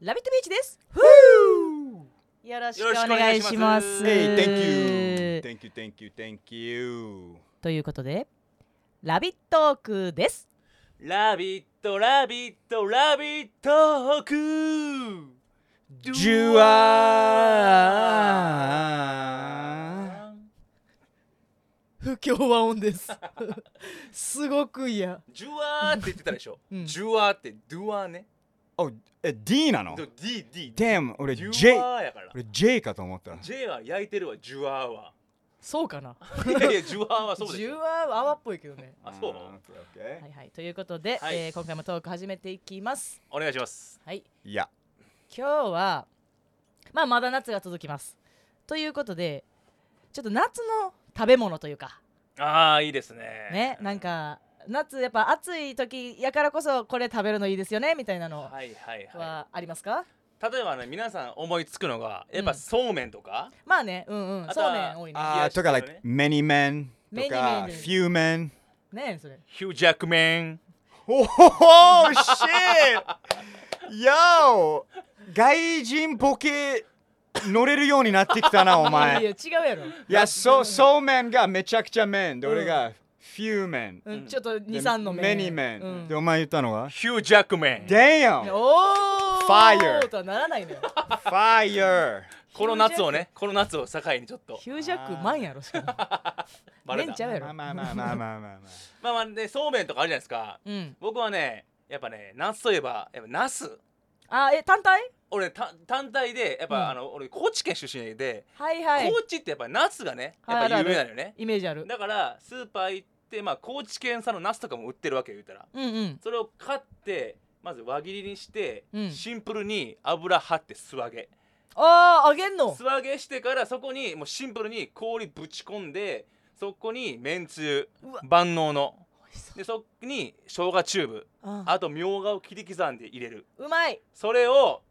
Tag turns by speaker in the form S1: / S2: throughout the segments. S1: ラビットビーチです。ふう。よろしくお願いします。
S2: Hey, thank you. Thank you, thank you, thank you.
S1: ということで、ラビットークです。
S3: ラビットラビットラビットーク
S2: ジュワ
S1: 不協和音です。すごく嫌。
S3: ジュワーって言ってたでしょ、
S1: うん
S3: ジュワーってドゥワーね
S2: ー。あ、え、D なの
S3: ド DD
S2: テーマ、俺
S3: ジュ
S2: J、
S3: ワーやから
S2: 俺 J かと思った。
S3: J は焼いてるわジュワーは
S1: そうかな。
S3: いやいやジュワーはそうでし
S1: 十
S3: ょ
S1: は泡っぽいけどね。
S3: あそう
S2: あー OK
S1: は
S2: OK
S1: いはい。ということで、
S3: はい
S1: えー今回もトーク始めていきます。
S3: お願いします
S1: はい。
S2: いや、
S1: 今日はまあまだ夏が続きます。ということで、ちょっと夏の食べ物というか。
S3: ああいいですね
S1: ねなんか夏やっぱ暑い時やからこそこれ食べるのいいですよねみたいなの
S3: はいはいは
S1: はありますか、
S3: い例えばね皆さん思いつくのがやっ
S1: う
S3: ぱ
S1: ん
S3: そうめんとか、
S1: まあねうんうん
S3: あと
S1: そう
S3: は
S1: めん多いね
S2: あーとか、
S3: 冷やしと
S2: like
S3: か
S2: many men と
S1: Many
S2: か
S1: men
S2: few men。
S1: ねえそれ
S3: ヒュージャックメン
S2: おほほ shit! やお外人ボケ乗れるようになってきたな、お前
S1: い。や違うやろ、
S2: いや、そう、そうめんがめちゃくちゃ麺で、
S1: うん
S2: 俺がフューメン。
S1: う、
S3: うんん
S1: ちょっと23の
S2: メニメン。で、お前言ったのは
S3: ヒュージャックメン
S2: ?Damn!
S1: おお
S2: Fire
S1: とはならないのよ
S2: Fire!
S3: この夏をねこの夏を境にちょっと
S1: ヒュージャックマンやろしかも
S3: バレ
S1: メン
S3: た
S1: ちゃうやろ
S2: まあまあまあまあまあまあま
S3: まあまあねそうめんとかあるじゃないですか
S1: うん
S3: 僕はねやっぱね夏といえばやっぱナス
S1: あえ単体
S3: 俺た単体でやっぱ、
S1: うん
S3: あの俺高知県出身で、
S1: はいはい
S3: 高知ってやっぱナスがね
S1: はい
S3: やっぱ
S1: あ
S3: 有
S1: るある
S3: 名なのよね
S1: イメージある
S3: だからスーパー行ってまあ高知県産のナスとかも売ってるわけよ言うたら
S1: うんうん
S3: それを買ってまず輪切りにして、
S1: うん
S3: シンプルに油張って素揚げ
S1: あーあげんの
S3: 素揚げしてからそこにもうシンプルに氷ぶち込んでそこにめんつゆ
S1: うわ
S3: 万能の
S1: 美味しそう
S3: でそこに生姜チューブ
S1: あ
S3: あとみょうがを切り刻んで入れる
S1: うまい
S3: それを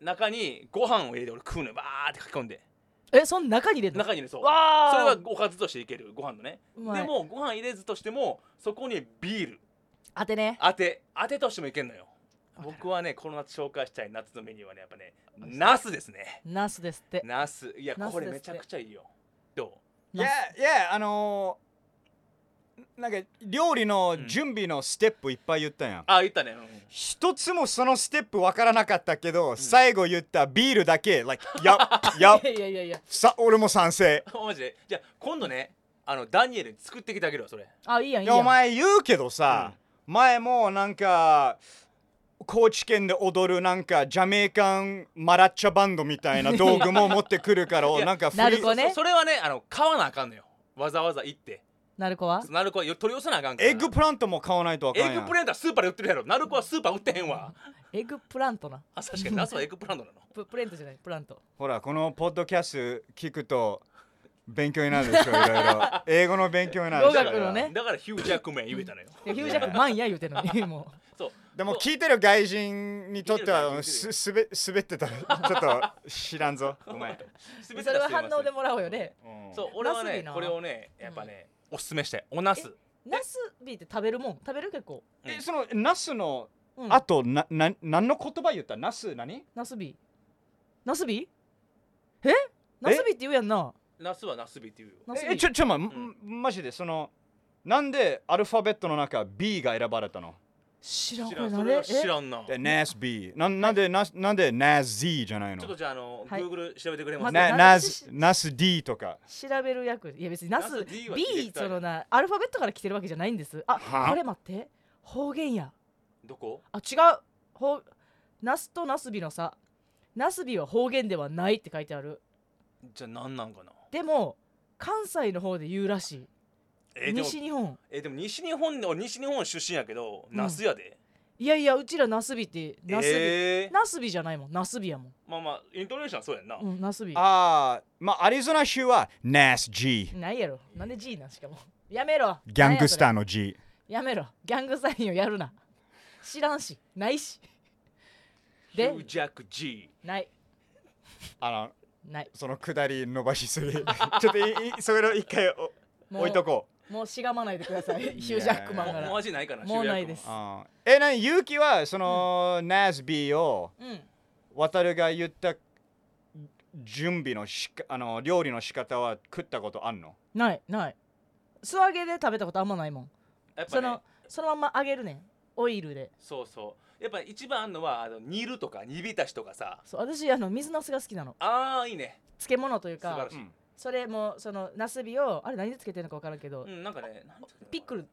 S3: 中にご飯を入れて俺食うのよバーって書き込んで
S1: えその中に入れるの
S3: 中に入れるそ う
S1: わあ
S3: それはおかずとしていけるご飯のね
S1: うまい
S3: でもご飯入れずとしてもそこにビール
S1: 当てね
S3: 当て当てとしてもいけんのよ
S1: わかる
S3: 僕はねこの夏紹介したい夏のメニューはねやっぱねナスですね
S1: ナスですって
S3: ナスいや
S1: ナス
S3: これ
S1: です
S3: め
S1: って
S3: ちゃくちゃいいよど
S2: あ。いや、いや、あのー、なんか料理の準備のステップいっぱい言ったやん
S3: う。あ言ったね、うん
S2: 一つもそのステップわからなかったけど、最後言ったビールだけ、like、や、や
S1: い、やいやいやいや
S2: さ、俺も賛成。
S3: マジでじゃあ今度ねあのダニエルに作ってきてあげるわそれ
S1: あいいやんいい
S2: い
S1: や
S2: や
S1: ん
S2: お前言うけどさ、前もなんか高知県で踊るなんかジャメイカンマラッチャバンドみたいな道具も持ってくるから
S3: いや
S2: なんかフリ
S1: なるこ
S3: そ
S1: れね
S3: それはねあの買わなあかんのよわざわざ行って
S1: なるこは
S3: ナルコはよ取り寄せなあかんから
S2: エ
S3: な
S2: ッグプラントも買わないとわかん
S3: エ
S2: ない
S3: ッグプレートはスーパーで売ってるやろナルコはスーパー売ってへんわ
S1: エッグプラントな
S3: あ確か にナスはエッグプラントなの
S1: ププレントじゃないプラント
S2: ほらこのポッドキャスト聞くと勉強にな るでしょいろいろ英語の勉強になる
S1: 語
S2: でしょ
S1: 学のね
S3: だからヒュージャックメン言えたのよ
S1: いやヒュージャックマンや言うてんのにも
S3: そう
S2: でも聞いてる外人にとって
S3: 聞いてる外人聞
S2: は
S3: いて
S2: す
S3: る
S2: すべ滑ってたらちょっと知らん ぞごめん、
S3: そう
S1: う それは反応でもらおうよね
S2: うん
S3: そう俺
S1: ナ
S3: は
S1: スでいい
S3: ね
S1: な
S3: これをねやっぱね、おすすめしたいおナス
S1: ナスビーって食べるもん食べる結構
S2: えそのナスの
S1: うん
S2: あとなな何の言葉言ったナス何
S1: ナスビーナスビーえナスビーって言うやんな
S3: ナスはナスビっていうよ
S1: ナスビ
S2: えち
S1: ー
S2: ょちょま、ん
S3: うん
S2: マジでそのなんでアルファベットの中 B が選ばれたの
S1: 知らん
S3: 知
S1: こ
S3: ら
S1: れ
S3: ん
S1: な
S3: そ
S1: ん
S3: れ
S1: で
S3: は知らんなち
S2: で NASB なんなんで、ななんで NASZ じゃない
S3: ょっと
S2: の
S3: じゃああの、
S1: はい
S3: Google 調べてくれ
S1: ま
S3: ま
S1: ず
S3: す
S1: な
S2: な NAS NASD とか
S1: え調べる役いや別にナス
S3: ナス
S1: B
S3: D はディレクター
S1: そのなアルファベットから来てるわけじゃないんですあ
S2: は
S1: これ待って方言や
S3: どこ
S1: あ違うほうナスとナスビのさナスビは方言ではないって書いてある
S3: じゃあ何なんかな
S1: でも関西の方で言うらし
S3: え
S1: い
S3: でも
S1: 西日本
S3: えでも西日本で俺西日本出身やけど、
S1: うん
S3: ナスやで
S1: いやいやうちらナスビってナスビ、
S3: えー
S1: ナスビじゃないもんナスビやもん、
S3: まあまあイントネーションはそうやんな、
S1: うん、ナスビ
S2: ああまあアリゾナ州は NASG
S1: ないやろなんで G なんしかもやめろ
S2: ギャングスター
S1: ー
S2: の G
S1: やめろギャングスタインをやるな知らんしないし
S3: ヒ
S1: で
S3: ュージャック G
S1: ない
S2: あの
S1: ない
S2: その下り伸ばし すぎちょっといいそれを一回お
S1: もう
S2: 置いとこう
S1: もうしがまないでくださいヒュージャックマンか
S3: もう
S1: ら
S3: もう味ないかな
S1: もうない
S3: ヒュー
S1: で
S3: ジャック
S1: す
S2: あーえなゆうきはその、NASB を
S1: うん
S2: 渡るが言った準備のしかあの料理の仕方は食ったことあんの
S1: ないない素揚げで食べたことあんまないもん
S3: やっぱ
S1: そ
S3: ね
S1: のそのまんま揚げるねんオイルで
S3: そうそうやっぱ一番あんのはあの煮るとか煮浸しとかさ
S1: そう私あの水なすが好きなの
S3: ああいいね
S1: 漬物という
S3: 素晴
S1: から
S3: しい、
S2: ん
S1: それもそのなすびをあれ何でつけてるのか分からんけど、
S3: うん、なんかねなんていうの
S1: ピックル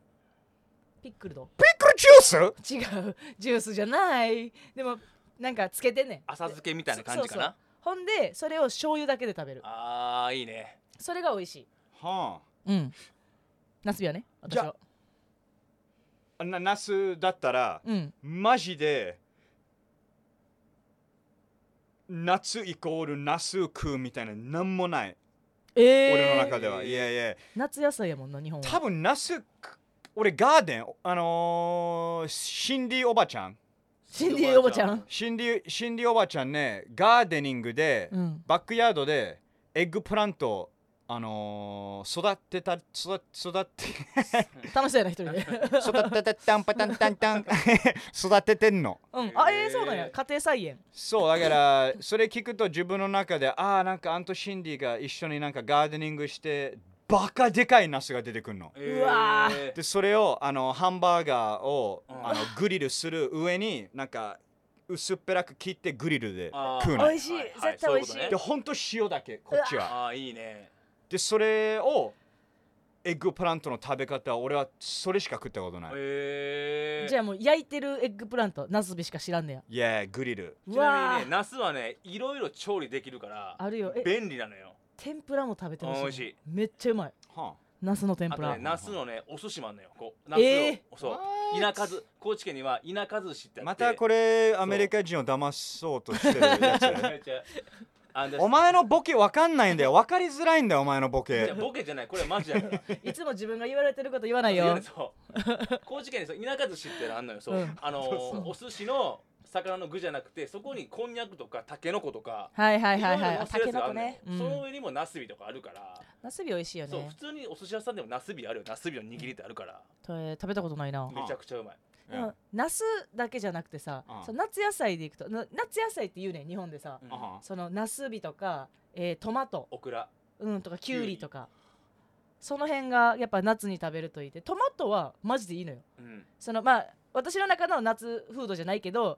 S1: ピックルド
S2: ピクルジュース
S1: 違うジュースじゃないでもなんかつけてんねん
S3: 浅漬けみたいな感じか
S1: そうそう
S3: な
S1: ほんでそれを醤油だけで食べる
S3: ああいいね
S1: それが美味しい
S2: は
S1: うんなすびはね私
S2: じゃ
S1: は
S2: あなナスだったら
S1: うん
S2: マジで夏イコールナス食うみたいななんもない、
S1: えー、
S2: 俺の中では
S3: えー
S2: いやいや
S1: 夏野菜やもんな日本は
S2: 多分ナスく俺ガーデンあのーシンディおばちゃん
S1: シンディーおばちゃん
S2: シンディシンディおばちゃんねガーデニングで、
S1: うん
S2: バックヤードでエッグプラントをあのー育てた育育って
S1: 楽しそうやな一人で
S2: 育ててたんぱたんたんたん 育ててんの
S1: うんあええそうなんや家庭菜園
S2: そうだからそれ聞くと自分の中でああなんかアントシンディが一緒になんかガーデニングしてバカでかいナスが出てくるの
S1: うわー
S3: えー
S2: でそれをあのハンバーガーを
S3: うん
S2: あのグリルする上になんか薄っぺらく切ってグリルで食う
S1: あー
S2: の
S1: 美味しい絶対美味しい
S3: そうう
S2: で
S3: ことね
S2: ほんと塩だけこっちは
S3: ああいいね
S2: でそれをエッグプラントの食べ方は俺はそれしか食ったことない。
S3: えー、
S1: じゃあもう焼いてるエッグプラントなすびしか知らんねや
S2: いやグリル。
S3: ち
S1: う
S3: な
S1: わ
S3: みに
S1: ー
S3: ねナスはねいろいろ調理できるから
S1: あるよえ
S3: 便利なのよ
S1: 天ぷらも食べてほしい
S3: 美味しい
S1: めっちゃうまい
S2: は
S1: ナスの天
S3: あ
S1: ぷ
S3: と
S1: ら、
S3: ねナスのねお寿司もあんのよこうナスを、
S1: え
S3: そう田舎ず高知県には田舎寿司ってあって
S2: またこれアメリカ人を騙そうとしてるやつ
S3: めちゃ
S2: や。
S3: めちゃあの
S2: お前のボケわかんないんだよ。わかりづらいんだよ、お前のボ
S3: い
S2: ケ
S3: や。ボケじゃないこれマジだから
S1: いつも自分が言われてること言わないよ
S3: そう高知県にそう田舎寿司ってのあんのよそう、
S1: うん
S3: あのーお寿司の魚の具じゃなくてそこにこんにゃくとかたけのことか
S1: はいはいはい
S3: ろ
S1: はい
S3: ろ
S1: あ
S3: 乗
S1: た
S3: せ
S1: け
S3: るやつ
S1: の
S3: があ
S1: こ
S3: んのよ
S1: ね、うん
S3: その上にもなすびとかあるから、
S1: なすび美味しいよ
S3: そう
S1: ね
S3: 普通にお寿司屋さんでもなすびあるよなすびの握りってあるから
S1: とえー食べたことないな
S2: うん
S3: めちゃくちゃうまい
S1: でもナスだけじゃなくてさ
S2: うん
S1: その夏野菜でいくとな夏野菜って言うねん日本でさ
S3: うん
S2: あはん
S1: そのナスビとか、えートマト
S3: オクラ
S1: うんとか
S3: き
S1: キ
S3: ゅう
S1: ュ
S3: り
S1: ウリとかその辺がやっぱ夏に食べるといいでトマトはマジでいいのよ
S3: うん
S1: そのまあ私の中の夏フードじゃないけど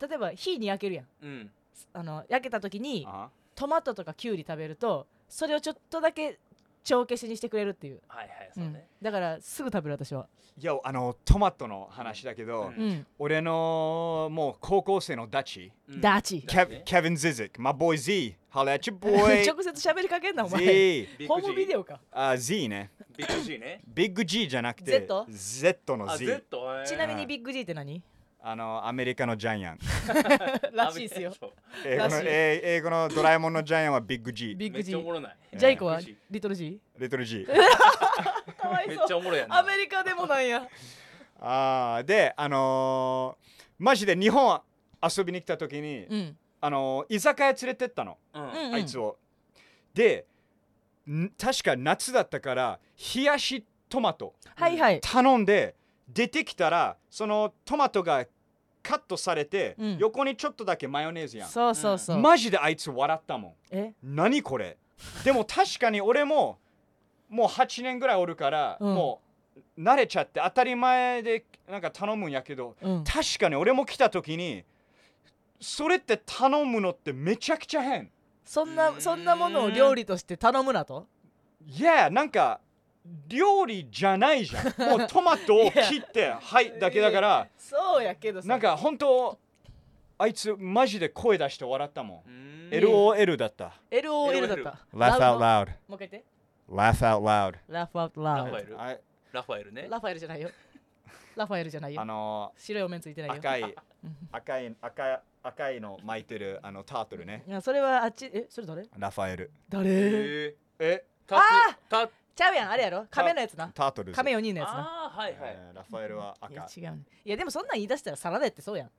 S1: 例えば火に焼けるやん
S3: うん
S1: あの焼けた時に
S2: あはん
S1: トマトとかキュウリ食べるとそれをちょっとだけ帳消しにしてくれるっていう、
S3: はいはい
S1: うん
S3: そうね、
S1: だからすぐ食べる私は、
S2: いや、あの、トマトの話だけど、
S3: うん
S1: うん、
S2: 俺のもう高校生のダチ、
S3: うん
S1: ダーチ
S3: だ
S2: ケ
S3: ね
S2: ケビン・ゼゼック、my boy Z、holla at your
S1: 直
S2: boy。
S1: 接喋りかけんなお前
S2: Z、
S3: ビッ
S1: ホー
S3: グ
S1: ムビデオか
S2: あ、Z ね。
S3: ビッグ G ね
S2: ビッグ G じゃなくて
S1: Z？、
S2: Z の
S3: あ
S2: Z。
S3: Z へー
S1: ちなみ
S2: は
S1: に
S2: い
S1: ビッグ G って何
S2: あの、アメリカのジャイアン。
S1: らしいですよ
S3: そう
S2: 英語の
S1: らしい
S2: 英英語のドラえもんのジャイアンはビッグ G、
S1: ビッ
S3: め
S1: グ
S3: っ
S1: G
S3: ちゃおもろない
S1: ジャイコは
S3: ビッグ G
S1: リトル G
S2: レトル G。
S1: かわい
S3: めっ
S1: そ
S3: ちゃ
S1: う
S3: おもろいやんな
S1: アメリカでもなんや
S2: あーで、あのー、マジで日本遊びに来た時に、
S1: うん
S2: あのー居酒屋連れてったの、
S3: うん
S1: うん
S2: あいつを。で、ん確か夏だったから、冷やしトマト
S1: はいはい
S2: 頼んで、出てきたら、そのトマトがカットされて、
S1: うん
S2: 横にちょっとだけマヨネーズやん。
S1: そうそうそう、
S2: マジであいつ笑ったもん。
S1: え
S2: 何これでも確かに俺ももう8年ぐらいおるから、
S1: うん
S2: もう慣れちゃって当たり前でなんか頼むんやけど
S1: うん
S2: 確かに俺も来た時にそれって頼むのってめちゃくちゃ変
S1: そんなそんなものを料理として頼むなと
S2: いやなんか料理じゃない じゃんもうトマトを切ってはいだけだから
S1: そうやけどさ
S2: なんか本当あいつマジで声出して笑ったも
S3: うんん
S2: LOL だった
S1: LOL だった
S2: Laugh out
S1: ラ
S2: loud
S1: もう一回言って
S2: Laugh out loud
S1: ラファウト
S3: ラファエル
S2: あ
S3: ラファエルね
S1: ラファエルじゃないよラファエルじゃない
S2: あ
S1: よ
S2: のー
S1: 白いお面ついてないよ
S2: 赤い赤い赤い赤いの巻いてるあのタートルね
S1: いやそれはあっちえそれ誰
S2: ラファエル
S1: 誰
S3: へー
S2: え
S3: タ
S1: あ
S3: ツタ
S1: ちゃうやんあれやろ亀のやつな
S2: タートルズ
S1: 亀4人のやつな
S3: あーはいはい
S2: えーラファエルはい赤
S1: や違うねいやでもそんなん言い出したらサラダやってそうやん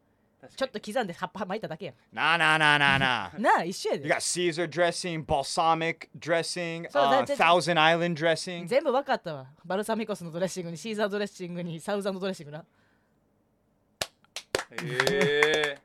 S3: 確
S1: ちょ
S3: か
S1: っと刻んで葉っぱ巻いただけや
S2: なあなあなあなあなあ
S1: んなあ一緒や
S2: You
S1: で
S2: got Caesar dressing, balsamic dressing,
S1: そう
S2: uh,
S1: だだ
S2: Thousand Island dressing.
S1: 全部わかったわバルサミコスのドレッシングにシーザードレッシングにサウザンドドレッシングな
S3: にへえ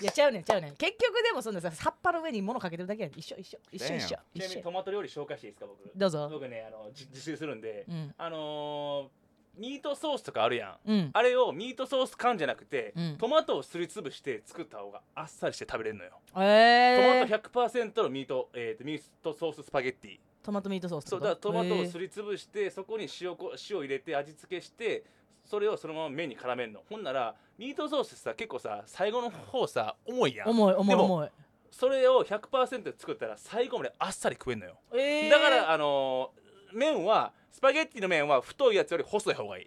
S1: いやちゃうねんちゃうねん結局でもそんなさ葉っぱの上に物かけてるだけやん一緒一緒一緒
S2: Damn
S1: 一緒
S3: ちなみ
S1: 一
S3: に
S1: 緒
S3: トマト料理紹介していいですか僕
S1: どうぞ
S3: 僕ねあの自自炊するんで、
S1: うん
S3: あのーミートソースとかあるやん
S1: うん
S3: あれをミートソース缶じゃなくて、
S1: うん
S3: トマトをすりつぶして作った方があっさりして食べれるのよ、
S1: えー、
S3: トマト100%のミート、えーとミートソーススパゲッティ
S1: トマトミートソースって
S3: そ
S1: こ
S3: うだから
S1: と
S3: トマト
S1: へ
S3: を
S1: ー
S3: すりつぶしてそこに塩こ塩入れて味付けしてそれをそのまま麺に絡めるのほんならミートソースってさ結構さ最後の方さ重いやん
S1: 重い重い
S3: でも
S1: 重い
S3: それを100%で作ったら最後まであっさり食えんのよ
S1: えー
S3: だからあのー麺はスパゲッティの麺は太いやつより細い方がいい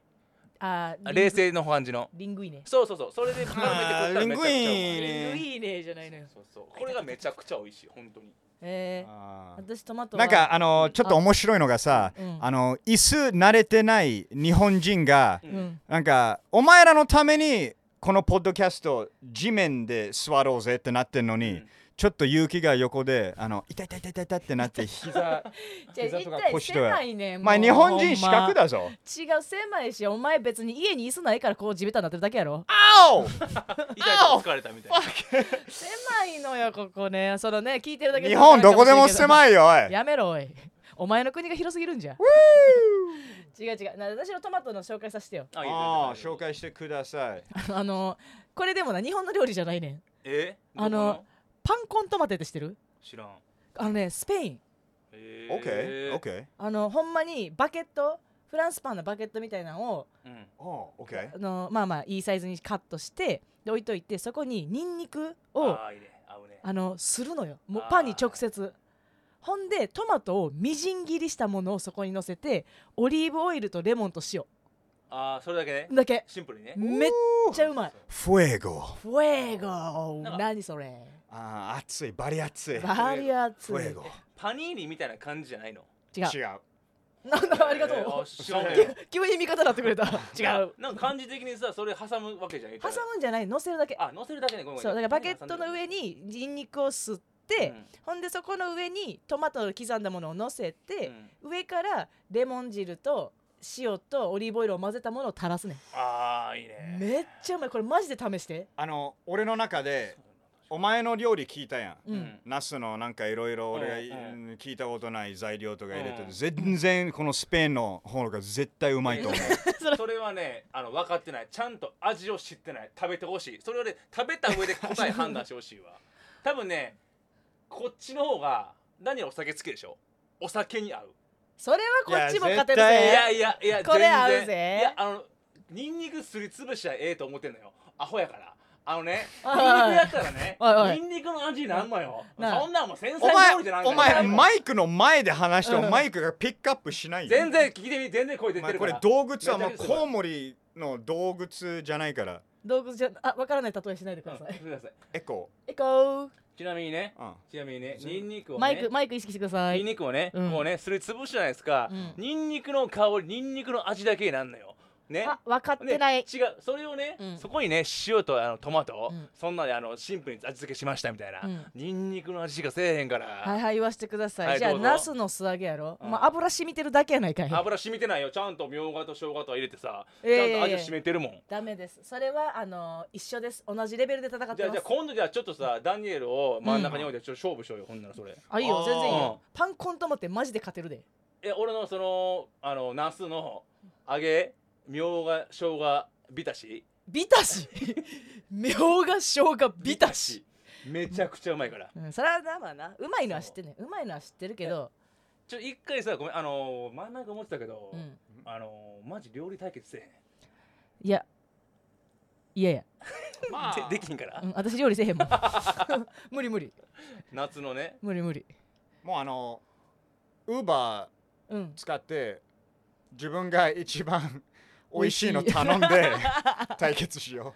S1: あー
S3: 冷静の感じの
S1: リングいいね
S3: そうそうそうそれで絡めて食ったらめちゃくちゃうまい
S2: あーリングイン
S1: リン
S2: ね
S1: グいいねじゃないのよ
S3: そうそうこれがめちゃくちゃ美味しい本当に
S1: えー、
S2: あー
S1: 私トマトは
S2: なんかあのちょっと面白いのがさ、
S1: うん
S2: あの椅子慣れてない日本人が、
S1: うんうん
S2: なんかお前らのためにこのポッドキャスト地面で座ろうぜってなってんのに、
S3: うん
S2: ちょっと勇気が横であの痛い痛い痛い痛い痛いってな って膝
S1: じゃあ
S2: 膝
S1: 一
S2: とか
S1: 体
S2: 腰とか
S1: 狭いねん
S2: まあ
S1: もう
S2: 日本人資格
S1: ほん
S2: だぞ。
S1: ま違う狭いしお前別に家に椅子ないからこう地べたになってるだけやろ
S2: あお
S3: 痛いと疲れたみたいな
S1: 狭いのよここねそのね聞いてるだけ
S2: 日本どこでも
S1: い
S2: 狭いよおい
S1: やめろおいお前の国が広すぎるんじゃ違う違うな私のトマトの紹介させてよ
S3: あいい
S2: ああ
S3: ですいいです
S2: 紹介してくださ い
S1: あのこれでもな日本の料理じゃないねん
S3: え
S1: あのパンコントマテって知ってる
S3: 知らん
S1: あのねスペイン
S3: えー
S2: OK OK
S1: あのほんまにバケットフランスパンのバケットみたいなのを
S3: うん
S2: お OK
S1: あのまあまあいいサイズにカットしてで置いといてそこにニンニクを
S3: あーいいね合うね
S1: あのするのよもう
S3: あー
S1: パンに直接ほんでトマトをみじん切りしたものをそこに乗せてオリーブオイルとレモンと塩
S3: ああそれだけね
S1: だけ
S3: シンプルにね
S1: めっちゃうまい
S2: フエゴ
S1: フェーゴ
S3: なん
S1: ー
S3: か
S1: 何それ
S2: ああ熱いバリ熱い
S1: バリアツ
S2: フエゴ
S3: パニーニみたいな感じじゃないの
S1: 違
S2: 違
S1: う
S2: う
S1: なん だありがと
S3: えーあ
S1: う
S3: 知らない
S1: 急に味方になってくれた違う
S3: なんか感じ的にさそれ挟むわけじゃない
S1: 挟むんじゃない乗せるだけ
S3: あ乗せるだけねごめんごめん
S1: そうだからバケットの上にニンニクを吸って、
S3: うん
S1: ほんでそこの上にトマトを刻んだものを乗せ
S3: う
S1: て、
S3: ん
S1: 上からレモン汁と塩とオリーブオイルを混ぜたものを垂らすね
S3: ああいいね
S1: んめっちゃうまいこれマジで試して
S2: あの俺の中でお前の料理聞いたやん
S1: うん、
S2: ナスのなんかいろいろ俺がい
S3: うん
S2: 聞いたことない材料とか入れて
S3: うん
S2: て全然このスペインの方が絶対うま いと思う
S3: それはねあの分かってないちゃんと味を知ってない食べてほしいそれをね食べた上で答え判断してほしいわ多分ねこっちの方が何よりお酒好きでしょお酒に合う
S1: それはこっちも勝てる
S2: い
S3: い
S2: え
S1: ぜ
S3: やいやいや
S1: これ
S3: 全然
S1: 合うぜ
S3: いやあのニンニクすりつぶしはええと思ってんのよアホやからあのねニン
S1: おい
S3: ニ
S1: おい
S3: クやったらね
S1: おいおい
S3: ニンニクの味なんのよ
S1: なあ
S3: そんなんもう繊
S2: お
S3: 細
S2: 前
S3: 料理じゃない
S2: お前マ
S3: イ
S2: イクの前で話して
S1: うん
S2: もマイクがピックアップしないよ
S3: 全然聞いてみ全然声出て
S2: お前
S3: る
S2: こ
S3: か
S2: れ
S3: ら
S2: 動物はもう
S3: めちゃくちゃ
S2: コウモリの動物じゃないから
S1: 動物じゃあわからない例えしないでく
S3: うん
S1: ださい、
S3: ください
S2: エコ
S1: エコー
S3: ちなみにね
S2: ーうん
S3: ちなみにねニンニクをね
S1: マイクマイク意識してください
S3: ニンニクをね、
S1: うん
S3: こうねすりつぶすじゃないですか、
S1: うん
S3: ニンニクの香りニンニクの味だけになんのよね
S1: あ分かっ
S3: ね
S1: てない、
S3: 違うそれをね、
S1: うん
S3: そこにね塩とあのトマトを、
S1: うん
S3: そんなであのシンプルに味付けしましたみたいな、
S1: うん
S3: ニンニクの味しかせえへんから、
S1: はいはい言わしてください、
S3: はい
S1: じゃあ
S3: どうぞ
S1: ナスの素揚げやろ、
S3: うん
S1: まあ、油染みてるだけやないかい
S3: 油染みてないよちゃんとみょうがと生姜とは入れてさ、
S1: いやいやい
S3: ちゃん
S1: や
S3: と味染めてるもん
S1: ダメですそれはあの一緒です同じレベルで戦ってます
S3: じゃあじゃあ今度じゃあちょっとさダニエルを真ん中に置いてちょっと勝負しようよ、ほんならそれ
S1: あいいよ
S2: あー
S1: 全然いいよパンコントマってマジで勝てるで
S3: え俺のそのあのナスの揚げみょうが生姜ビタシ
S1: ビタシみょうがしょうがビタシ、
S3: めちゃくちゃうまいから
S1: うん、それはなまあなうまいのは知ってんねんうまいのは知ってるけど、
S3: ちょ一回さごめんあのー前々から思ってたけど、
S1: うん、
S3: あのーマジ料理対決せえへ
S1: いやいやいや、
S3: ん、でできひんから
S1: うん、私料理せえ へんもん無理無理
S3: 夏のね
S1: 無理無理
S2: もうあのウーバー
S1: うん
S2: 使って自分が一番美味しいの頼んで対決しよ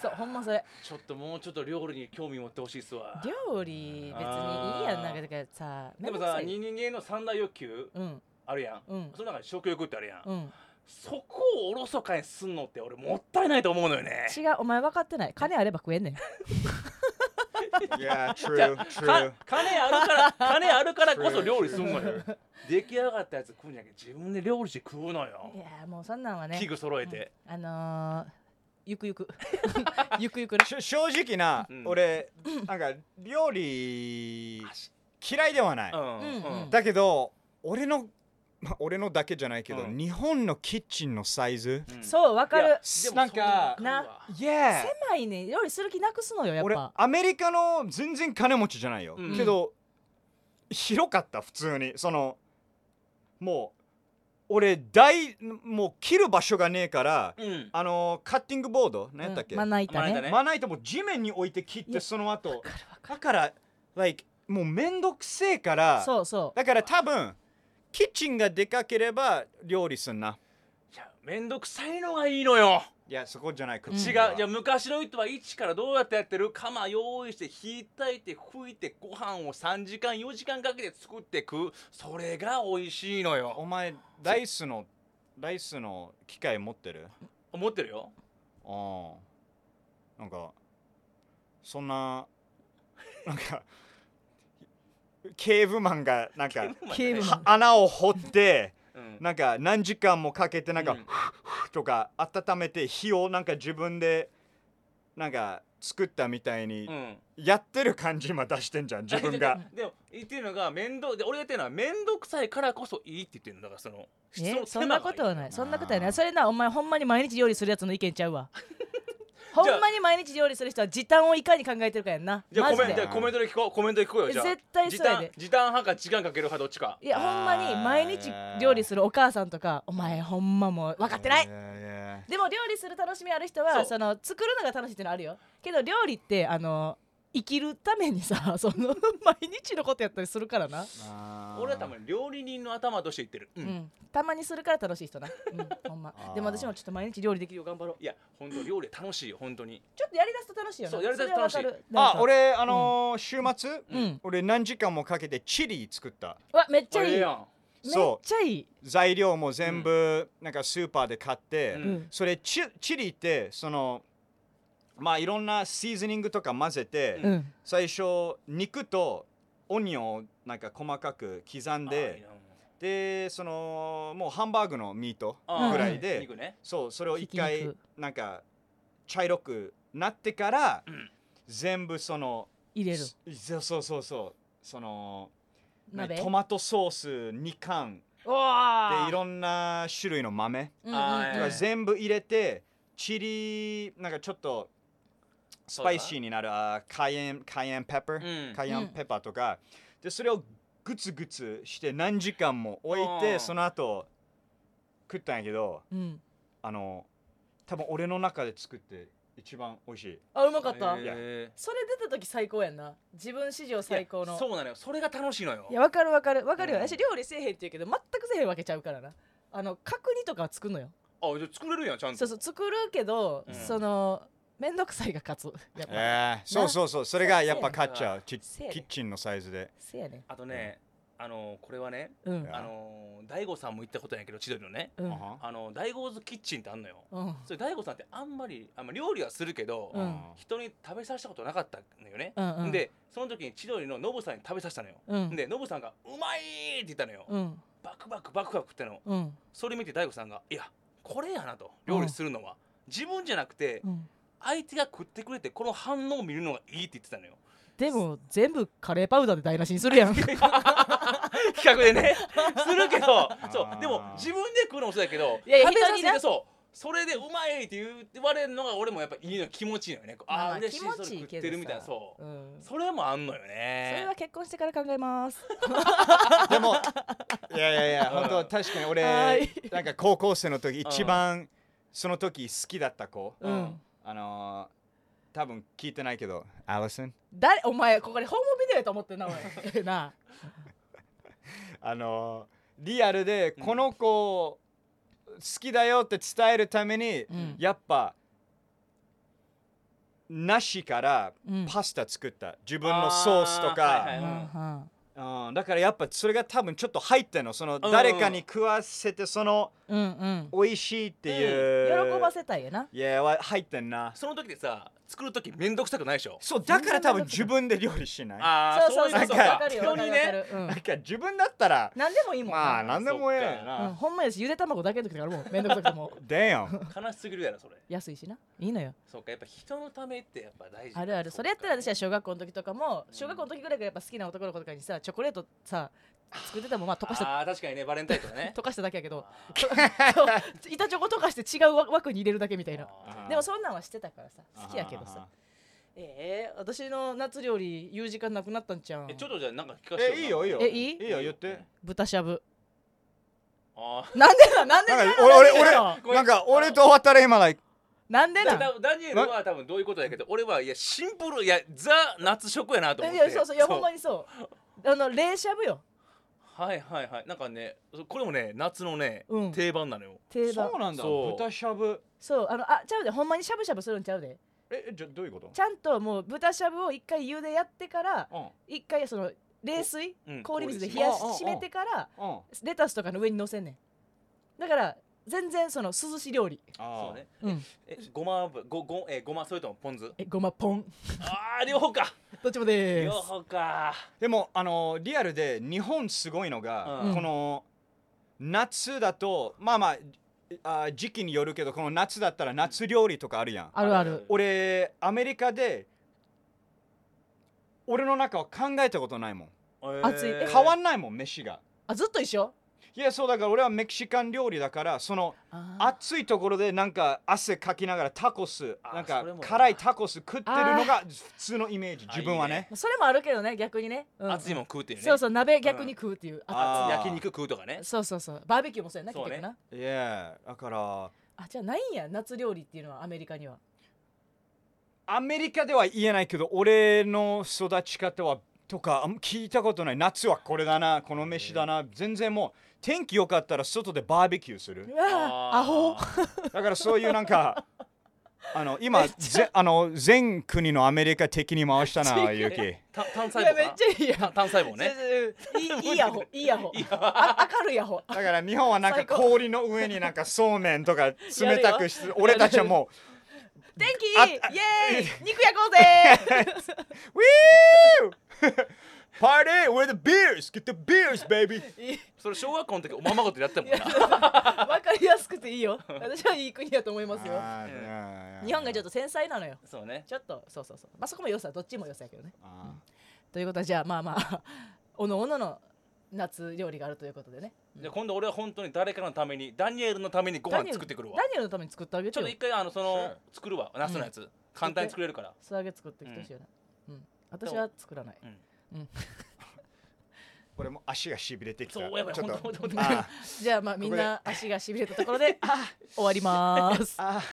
S1: そうほんまそれ
S3: ちょっともうちょっと料理に興味持ってほしいっすわ
S1: 料理別にいいやんなんかだからさ
S3: でも
S1: めんどく
S3: さ
S1: い
S3: 人間の三大欲求
S1: うん
S3: あるやん、
S1: うん
S3: その中に食欲ってあるやん、
S1: うん
S3: そこをおろそかにすんのって俺もったいないと思うの よね
S1: 違うお前分かってない金あれば食えんねん
S2: う。yeah,
S3: じゃ
S2: true,
S3: あ
S2: true.
S3: か金あるから金あるからこそ
S2: True,
S3: 料理すんのよ出来上がったやつ食うんじゃなくて自分で料理して食うのよ
S1: いやもうそんなんはね
S3: 器具揃えて、
S1: あのーゆくゆ くゆくゆくね
S2: しょ正直な、
S3: うん
S2: 俺なんか料理嫌いではない、
S3: うん
S1: うんうん
S2: だけど俺のま俺のだけじゃないけど、
S3: うん
S2: 日本のキッチンのサイズ、
S3: うん
S1: そうわか
S3: いや
S1: る
S3: でも
S2: なんか
S3: それわるわ
S2: いや
S1: 狭いね料理する気なくすのよやっ
S2: 俺
S1: ぱ
S2: アメリカの全然金持ちじゃないよ、
S3: うん
S2: けど広かった普通にそのもう俺大もう切る場所がねえから、
S3: うん
S2: あのカッティングボード
S1: うん
S2: 何やったっけ、
S1: まな板
S3: まな板
S1: ね
S3: ね
S2: まな板も地面に置いて切っ
S1: いや
S2: てその後だから like もうめんどくせえから
S1: そうそう
S2: だから多分キッチンがでかければ料理すんない
S3: やめんどくさいのがいいのよ
S2: いやそこじゃない違
S1: ん
S3: 違う、じゃあ昔の人は一からどうやってやってる釜用意してひいたいて拭いてご飯を3時間4時間かけて作って食うそれが美味しいの
S2: お
S3: よ
S2: 前ライスのライスの機械持ってる
S3: 思ってるよ
S2: ああなんかそんななんかケーブマンがな んか
S1: ケーブマン
S2: は穴を掘って
S3: うん
S2: なんか何時間もかけてなんか、
S3: うん
S2: ふっふっとか温めて火をなんか自分でなんか作ったみたいに
S3: うん
S2: やってる感じ今出してんじゃん自分が
S3: でも言ってるのが面倒で俺が言ってるのは面倒くさいからこそいいって言ってるのだからその
S1: え
S3: の
S1: そんなことはないいそんなことはないそれなお前ほんまに毎日料理するやつの意見ちゃうわほんまに毎日料理する人は時短をいかに考えてるかやんな
S3: じゃあ
S1: マジ
S3: コメン
S1: で
S3: じゃあコメントで聞こうコメントで聞こうよ
S1: え
S3: じゃあ
S1: 絶対そうやで
S3: 時短時短派か時間かける派どっちか
S1: いやほんまに毎日料理するお母さんとかお前ほんまもう分かってない
S2: や
S1: でも料理する楽しみある人
S3: そ
S1: は
S3: う
S1: その作るのが楽しいってのあるよけど料理ってあの生きるためにさその 毎日のことやったりするからな、
S3: 俺は多分料理人の頭として言ってるう、
S1: うんん、たまにするから楽しい人な、うん、ほん ま
S2: あー
S1: でも私もちょっと毎日料理できるよう頑張ろう
S3: いや本当料理楽しいよ本当に
S1: ちょっとやりだすと楽しいよな
S3: そうやりだすと楽しい
S1: それはわかるなん
S2: あ
S1: か
S2: 俺あのー週末、
S1: うん
S2: 俺何時間もかけてチリ作った
S1: うわめっちゃ
S3: あ
S1: い
S3: ええ
S1: い
S3: や
S1: めっ
S3: ん
S2: そう
S1: ちゃいい
S2: 材料も全部なんかスーパーで買って、
S3: うん
S1: うん
S2: それチチリってそのまあいろんなシーズニングとか混ぜて、
S3: う
S1: うん
S2: 最初肉とオニオンをなんか細かく刻ん
S3: あいい
S2: で
S3: な
S2: でそのもうハンバーグのミート
S3: あー
S1: ぐら
S2: いで
S3: 肉ね
S2: そうそれを
S1: ひ
S2: 一
S1: き肉
S2: 回なんか茶色くなってから、
S3: うん
S2: 全部その
S1: 入れる
S2: すそうそうそうそうその
S1: 鍋
S2: トマトソース2缶
S1: おー
S2: でいろんな種類の豆
S1: うんうんうん
S3: あーええ
S2: 全部入れてチリなんかちょっとスパイシーになるあーカイエンカイエンペッパー、
S3: うん
S2: カイエンペッパーとか、でそれをグツグツして何時間も置い
S3: あー
S2: てその後食ったんやけど
S1: うん
S2: あの多分俺の中で作って一番美味しい
S1: あうまかった
S3: へえ
S1: それ出た時最高やんな自分史上最高の
S3: いやそうなのよそれが楽しいのよ
S1: いやわかるわかるわかるよ、
S3: うん
S1: 私料理せえへんって言うけど全くせえへんわけちゃうからなあの角煮とかは作るのよ
S3: あじゃあ作れるやんちゃんと
S1: そうそう作るけど、
S3: うん
S1: その面倒くさいが勝つやっぱ、
S2: えー、そうそうそうそれがやっぱ
S1: せ
S2: 買っちゃうキ
S1: せやね
S2: キッチンのサイズで
S1: せやね
S3: あとね、あのこれはね、
S1: うん
S2: や
S3: あの大悟さんも言ったことやけど千鳥のね、
S1: うん
S2: あは
S3: あの大悟ズキッチンってあんのよ。
S1: うん
S3: それ大悟さんってあんまりあんま料理はするけど、
S1: うん
S3: 人に食べさせたことなかったのよね。
S1: うんうん
S3: でその時に千鳥のノブさんに食べさせたのよ。
S1: うん
S3: でノブさんが「うまい!」って言ったのよ。
S1: うん
S3: バクバクバクバクっての。
S1: うん
S3: それ見て大悟さんが「いやこれやな」と料理するのは、自分じゃなくて
S1: うん
S3: 相手が食ってくれてこの反応を見るのがいいって言ってたのよ。
S1: でも全部カレーパウダーで台無しにする やん
S3: 企画 でねするけどそ
S2: あ
S3: う
S2: ー
S3: でも自分で食うのもそうだけど
S1: いやいや
S3: 食べさせ
S1: 人に
S3: て
S1: な
S3: そうそれでうまいって言われるのが俺もやっぱいいの気持ちいいのよねこう
S1: まあ
S3: あ
S1: ま
S3: あ
S1: あ
S3: 嬉しい
S1: 気持
S3: それ
S1: ちい
S3: 食
S1: い
S3: っ
S1: けど
S3: てるみたいな
S1: さ
S3: そう
S1: うんそ
S3: それもあんのよ
S1: れ
S3: ね
S1: は結婚してから考えます
S2: でもいやいやいや本
S3: うん
S2: 当確かに俺
S1: はい
S2: なんか高校生の時
S3: ん
S2: 一番その時好きだった子
S1: うん、
S3: うん
S2: あのー、多分聞いてないけどアリソン
S1: 誰お前ここでホームビデオやと思ってんなおいええな
S2: あのー、リアルでこの子好きだよって伝えるために、
S1: うん
S2: やっぱなしから
S1: うん
S2: パスタ作った自分のソースとか、
S3: あーはいはい
S1: うん
S2: うん、だからやっぱそれが多分ちょっと入ってんのその誰かに食わせてその
S1: うんうん
S2: 美味しいっていう、
S1: 喜ばせたいやな
S2: や、わ入ってんな。
S3: その時でさ作る時めんどくさくないでしょ
S2: そうだから多分自分で料理しないな
S3: ああ
S1: そ
S3: そうう
S1: そ
S3: いうう
S1: そ
S3: こ
S1: う
S3: と
S1: わ
S3: か
S1: かるよ
S3: 人
S1: わか
S3: に
S1: るわか
S3: ね
S1: る、うん
S2: んか自分だったら
S1: 何でもいいもん
S2: まあ
S1: な
S2: 何でもええよ
S1: うん、
S2: な
S1: ほんまやしゆで卵だけの時からもうめんどくさくても
S2: でよ
S3: 悲しすぎるやろそれ
S1: 安いしないいのよ
S3: そうかやっぱ人のためってやっぱ大事
S1: あるあるそれやったら私
S3: は
S1: は小学校の時とかも小学校の時ぐらいからやっぱ好きな男の子とかにさチョコレートさ作ってたもんまあ溶かした
S3: あー確かにねバレンタインとか ね
S1: 溶かしただけやけど
S3: あ
S1: そう板チョコ溶かして違う枠に入れるだけみたいな
S3: ー
S1: でもそんなんはしてたからさ好きやけど
S2: あはは
S1: さえー、私の夏料理言う時間なくなったんちゃうん
S3: えちょっとじゃあなんか聞かせて
S2: えいいよいいよ
S1: えいい
S2: いいよ言って
S1: 豚しゃぶ
S3: ああ
S1: なんでなんなんで
S2: な
S1: なん
S2: んか
S1: なん
S2: 俺
S1: でなん
S2: 俺俺なんか俺と終わったら今ない
S1: なんでなん
S3: だダニエルは多分どういうことやけど俺はいやシンプルいやザ夏食やなと思っ
S1: い
S3: て
S1: やそうそういやほんまにそうあの冷しゃぶよ
S3: はいはいはいなんかねそこれもね夏のね、
S1: うん
S3: 定番なのよ
S1: 定番
S2: そうなんだ
S3: そう
S2: 豚しゃぶ
S1: そうあのあちゃうでほんまにしゃぶしゃぶするんちゃうで
S2: ええじゃあどういうこと
S1: ちゃんともう豚しゃぶを一回茹でやってから
S2: うん
S1: 一回その冷水、
S3: うん
S1: 氷水で冷
S3: 氷水
S1: やし
S2: あああ
S1: 締めてから
S2: うん
S1: レタスとかの上に乗せんねんだから全然その涼し料理
S2: あ
S3: そうね
S1: うん
S3: えごま油ごごえごまそれともポン酢
S1: えごまポン
S3: ああ両方か
S1: どっちもで
S3: 両
S1: ーす
S3: 方か
S2: でもあのリアルで日本すごいのが、
S1: うん
S2: この夏だとまあまああー時期によるけどこの夏だったら夏料理とかあるやん
S1: あるある
S2: 俺アメリカで俺の中は考えたことないもん
S1: 熱いえ
S2: 変わ
S3: ん
S2: んないもん飯が
S1: あずっと一緒
S2: いやそうだから俺はメキシカン料理だからその
S1: あー
S2: 暑いところでなんか汗かきながらタコス
S3: あー
S2: なん
S3: そ
S2: か
S3: れも
S2: 辛いタコス食ってるのが普通のイメージ
S3: あ
S2: 自分はい
S3: い
S2: ね
S3: ね
S1: それもあるけどね逆にね、うん
S3: 熱いもん食うっていうね
S1: そうそう鍋逆に食うっていう、あ
S2: あー
S3: 焼肉食うとかね
S1: そうそうそうバーベキューもそうやな
S3: そ
S1: 結
S3: う
S1: 局
S3: ね
S1: な、
S2: いやだから
S1: あじゃあないんや夏料理っていうのはアメリカには
S2: アメリカでは言えないけど俺の育ち方はとかあん聞いたことない夏はこれだなこの飯だな全然もう天気良かったら外でバーベキューする
S1: うわーアホ
S2: だからそういうなんかあの今ぜあの全国のアメリカ敵に回したなゆうき
S3: た単細
S1: い
S3: 胞
S1: や
S3: か
S1: めっちゃいいや
S3: 単単細胞ね
S1: ん いいいいアホいいアホあ明るいアホ
S2: だから日本はなんか
S1: 最高
S2: 氷の上になんかそうめんとか冷たくして俺たちはも
S1: 天気
S2: あ
S1: いいイエーイ肉焼こうぜ
S2: う「ウィー Party with the beers! Get the beers, baby!
S3: それ小学校の時おままごとやってたもんな
S1: わかりやすくていいよ私はいい国だと思い」ますよ
S2: あーいやいや
S1: 日本がちょっと繊細なのよ
S3: そうね
S1: ちょっとそうそうそうまあそこも良さどっちも良さやけどね
S2: あ
S1: ということはじゃあまあまあ おのおのの夏料理があるということでね
S3: じゃあ今度俺は本当に誰かのためにダニエルのためにご
S1: ダニ
S3: 飯
S1: エル
S3: 作ってくるわ
S1: ダニエルのために作ってあげ
S3: ちょ
S1: て
S3: っ
S1: よ
S3: と一回あのその
S2: Sure
S3: 作るわナスのやつ簡単に作れるから
S1: 素揚げ作ってきてほしいよなうん私は作らない
S2: これも足がしびれてきた
S3: そうやばい
S2: ちょ
S3: ほん
S2: っと
S3: とほんとほんと
S2: あ ー
S1: じゃあまあみんな足がしびれたところで終わります
S2: あー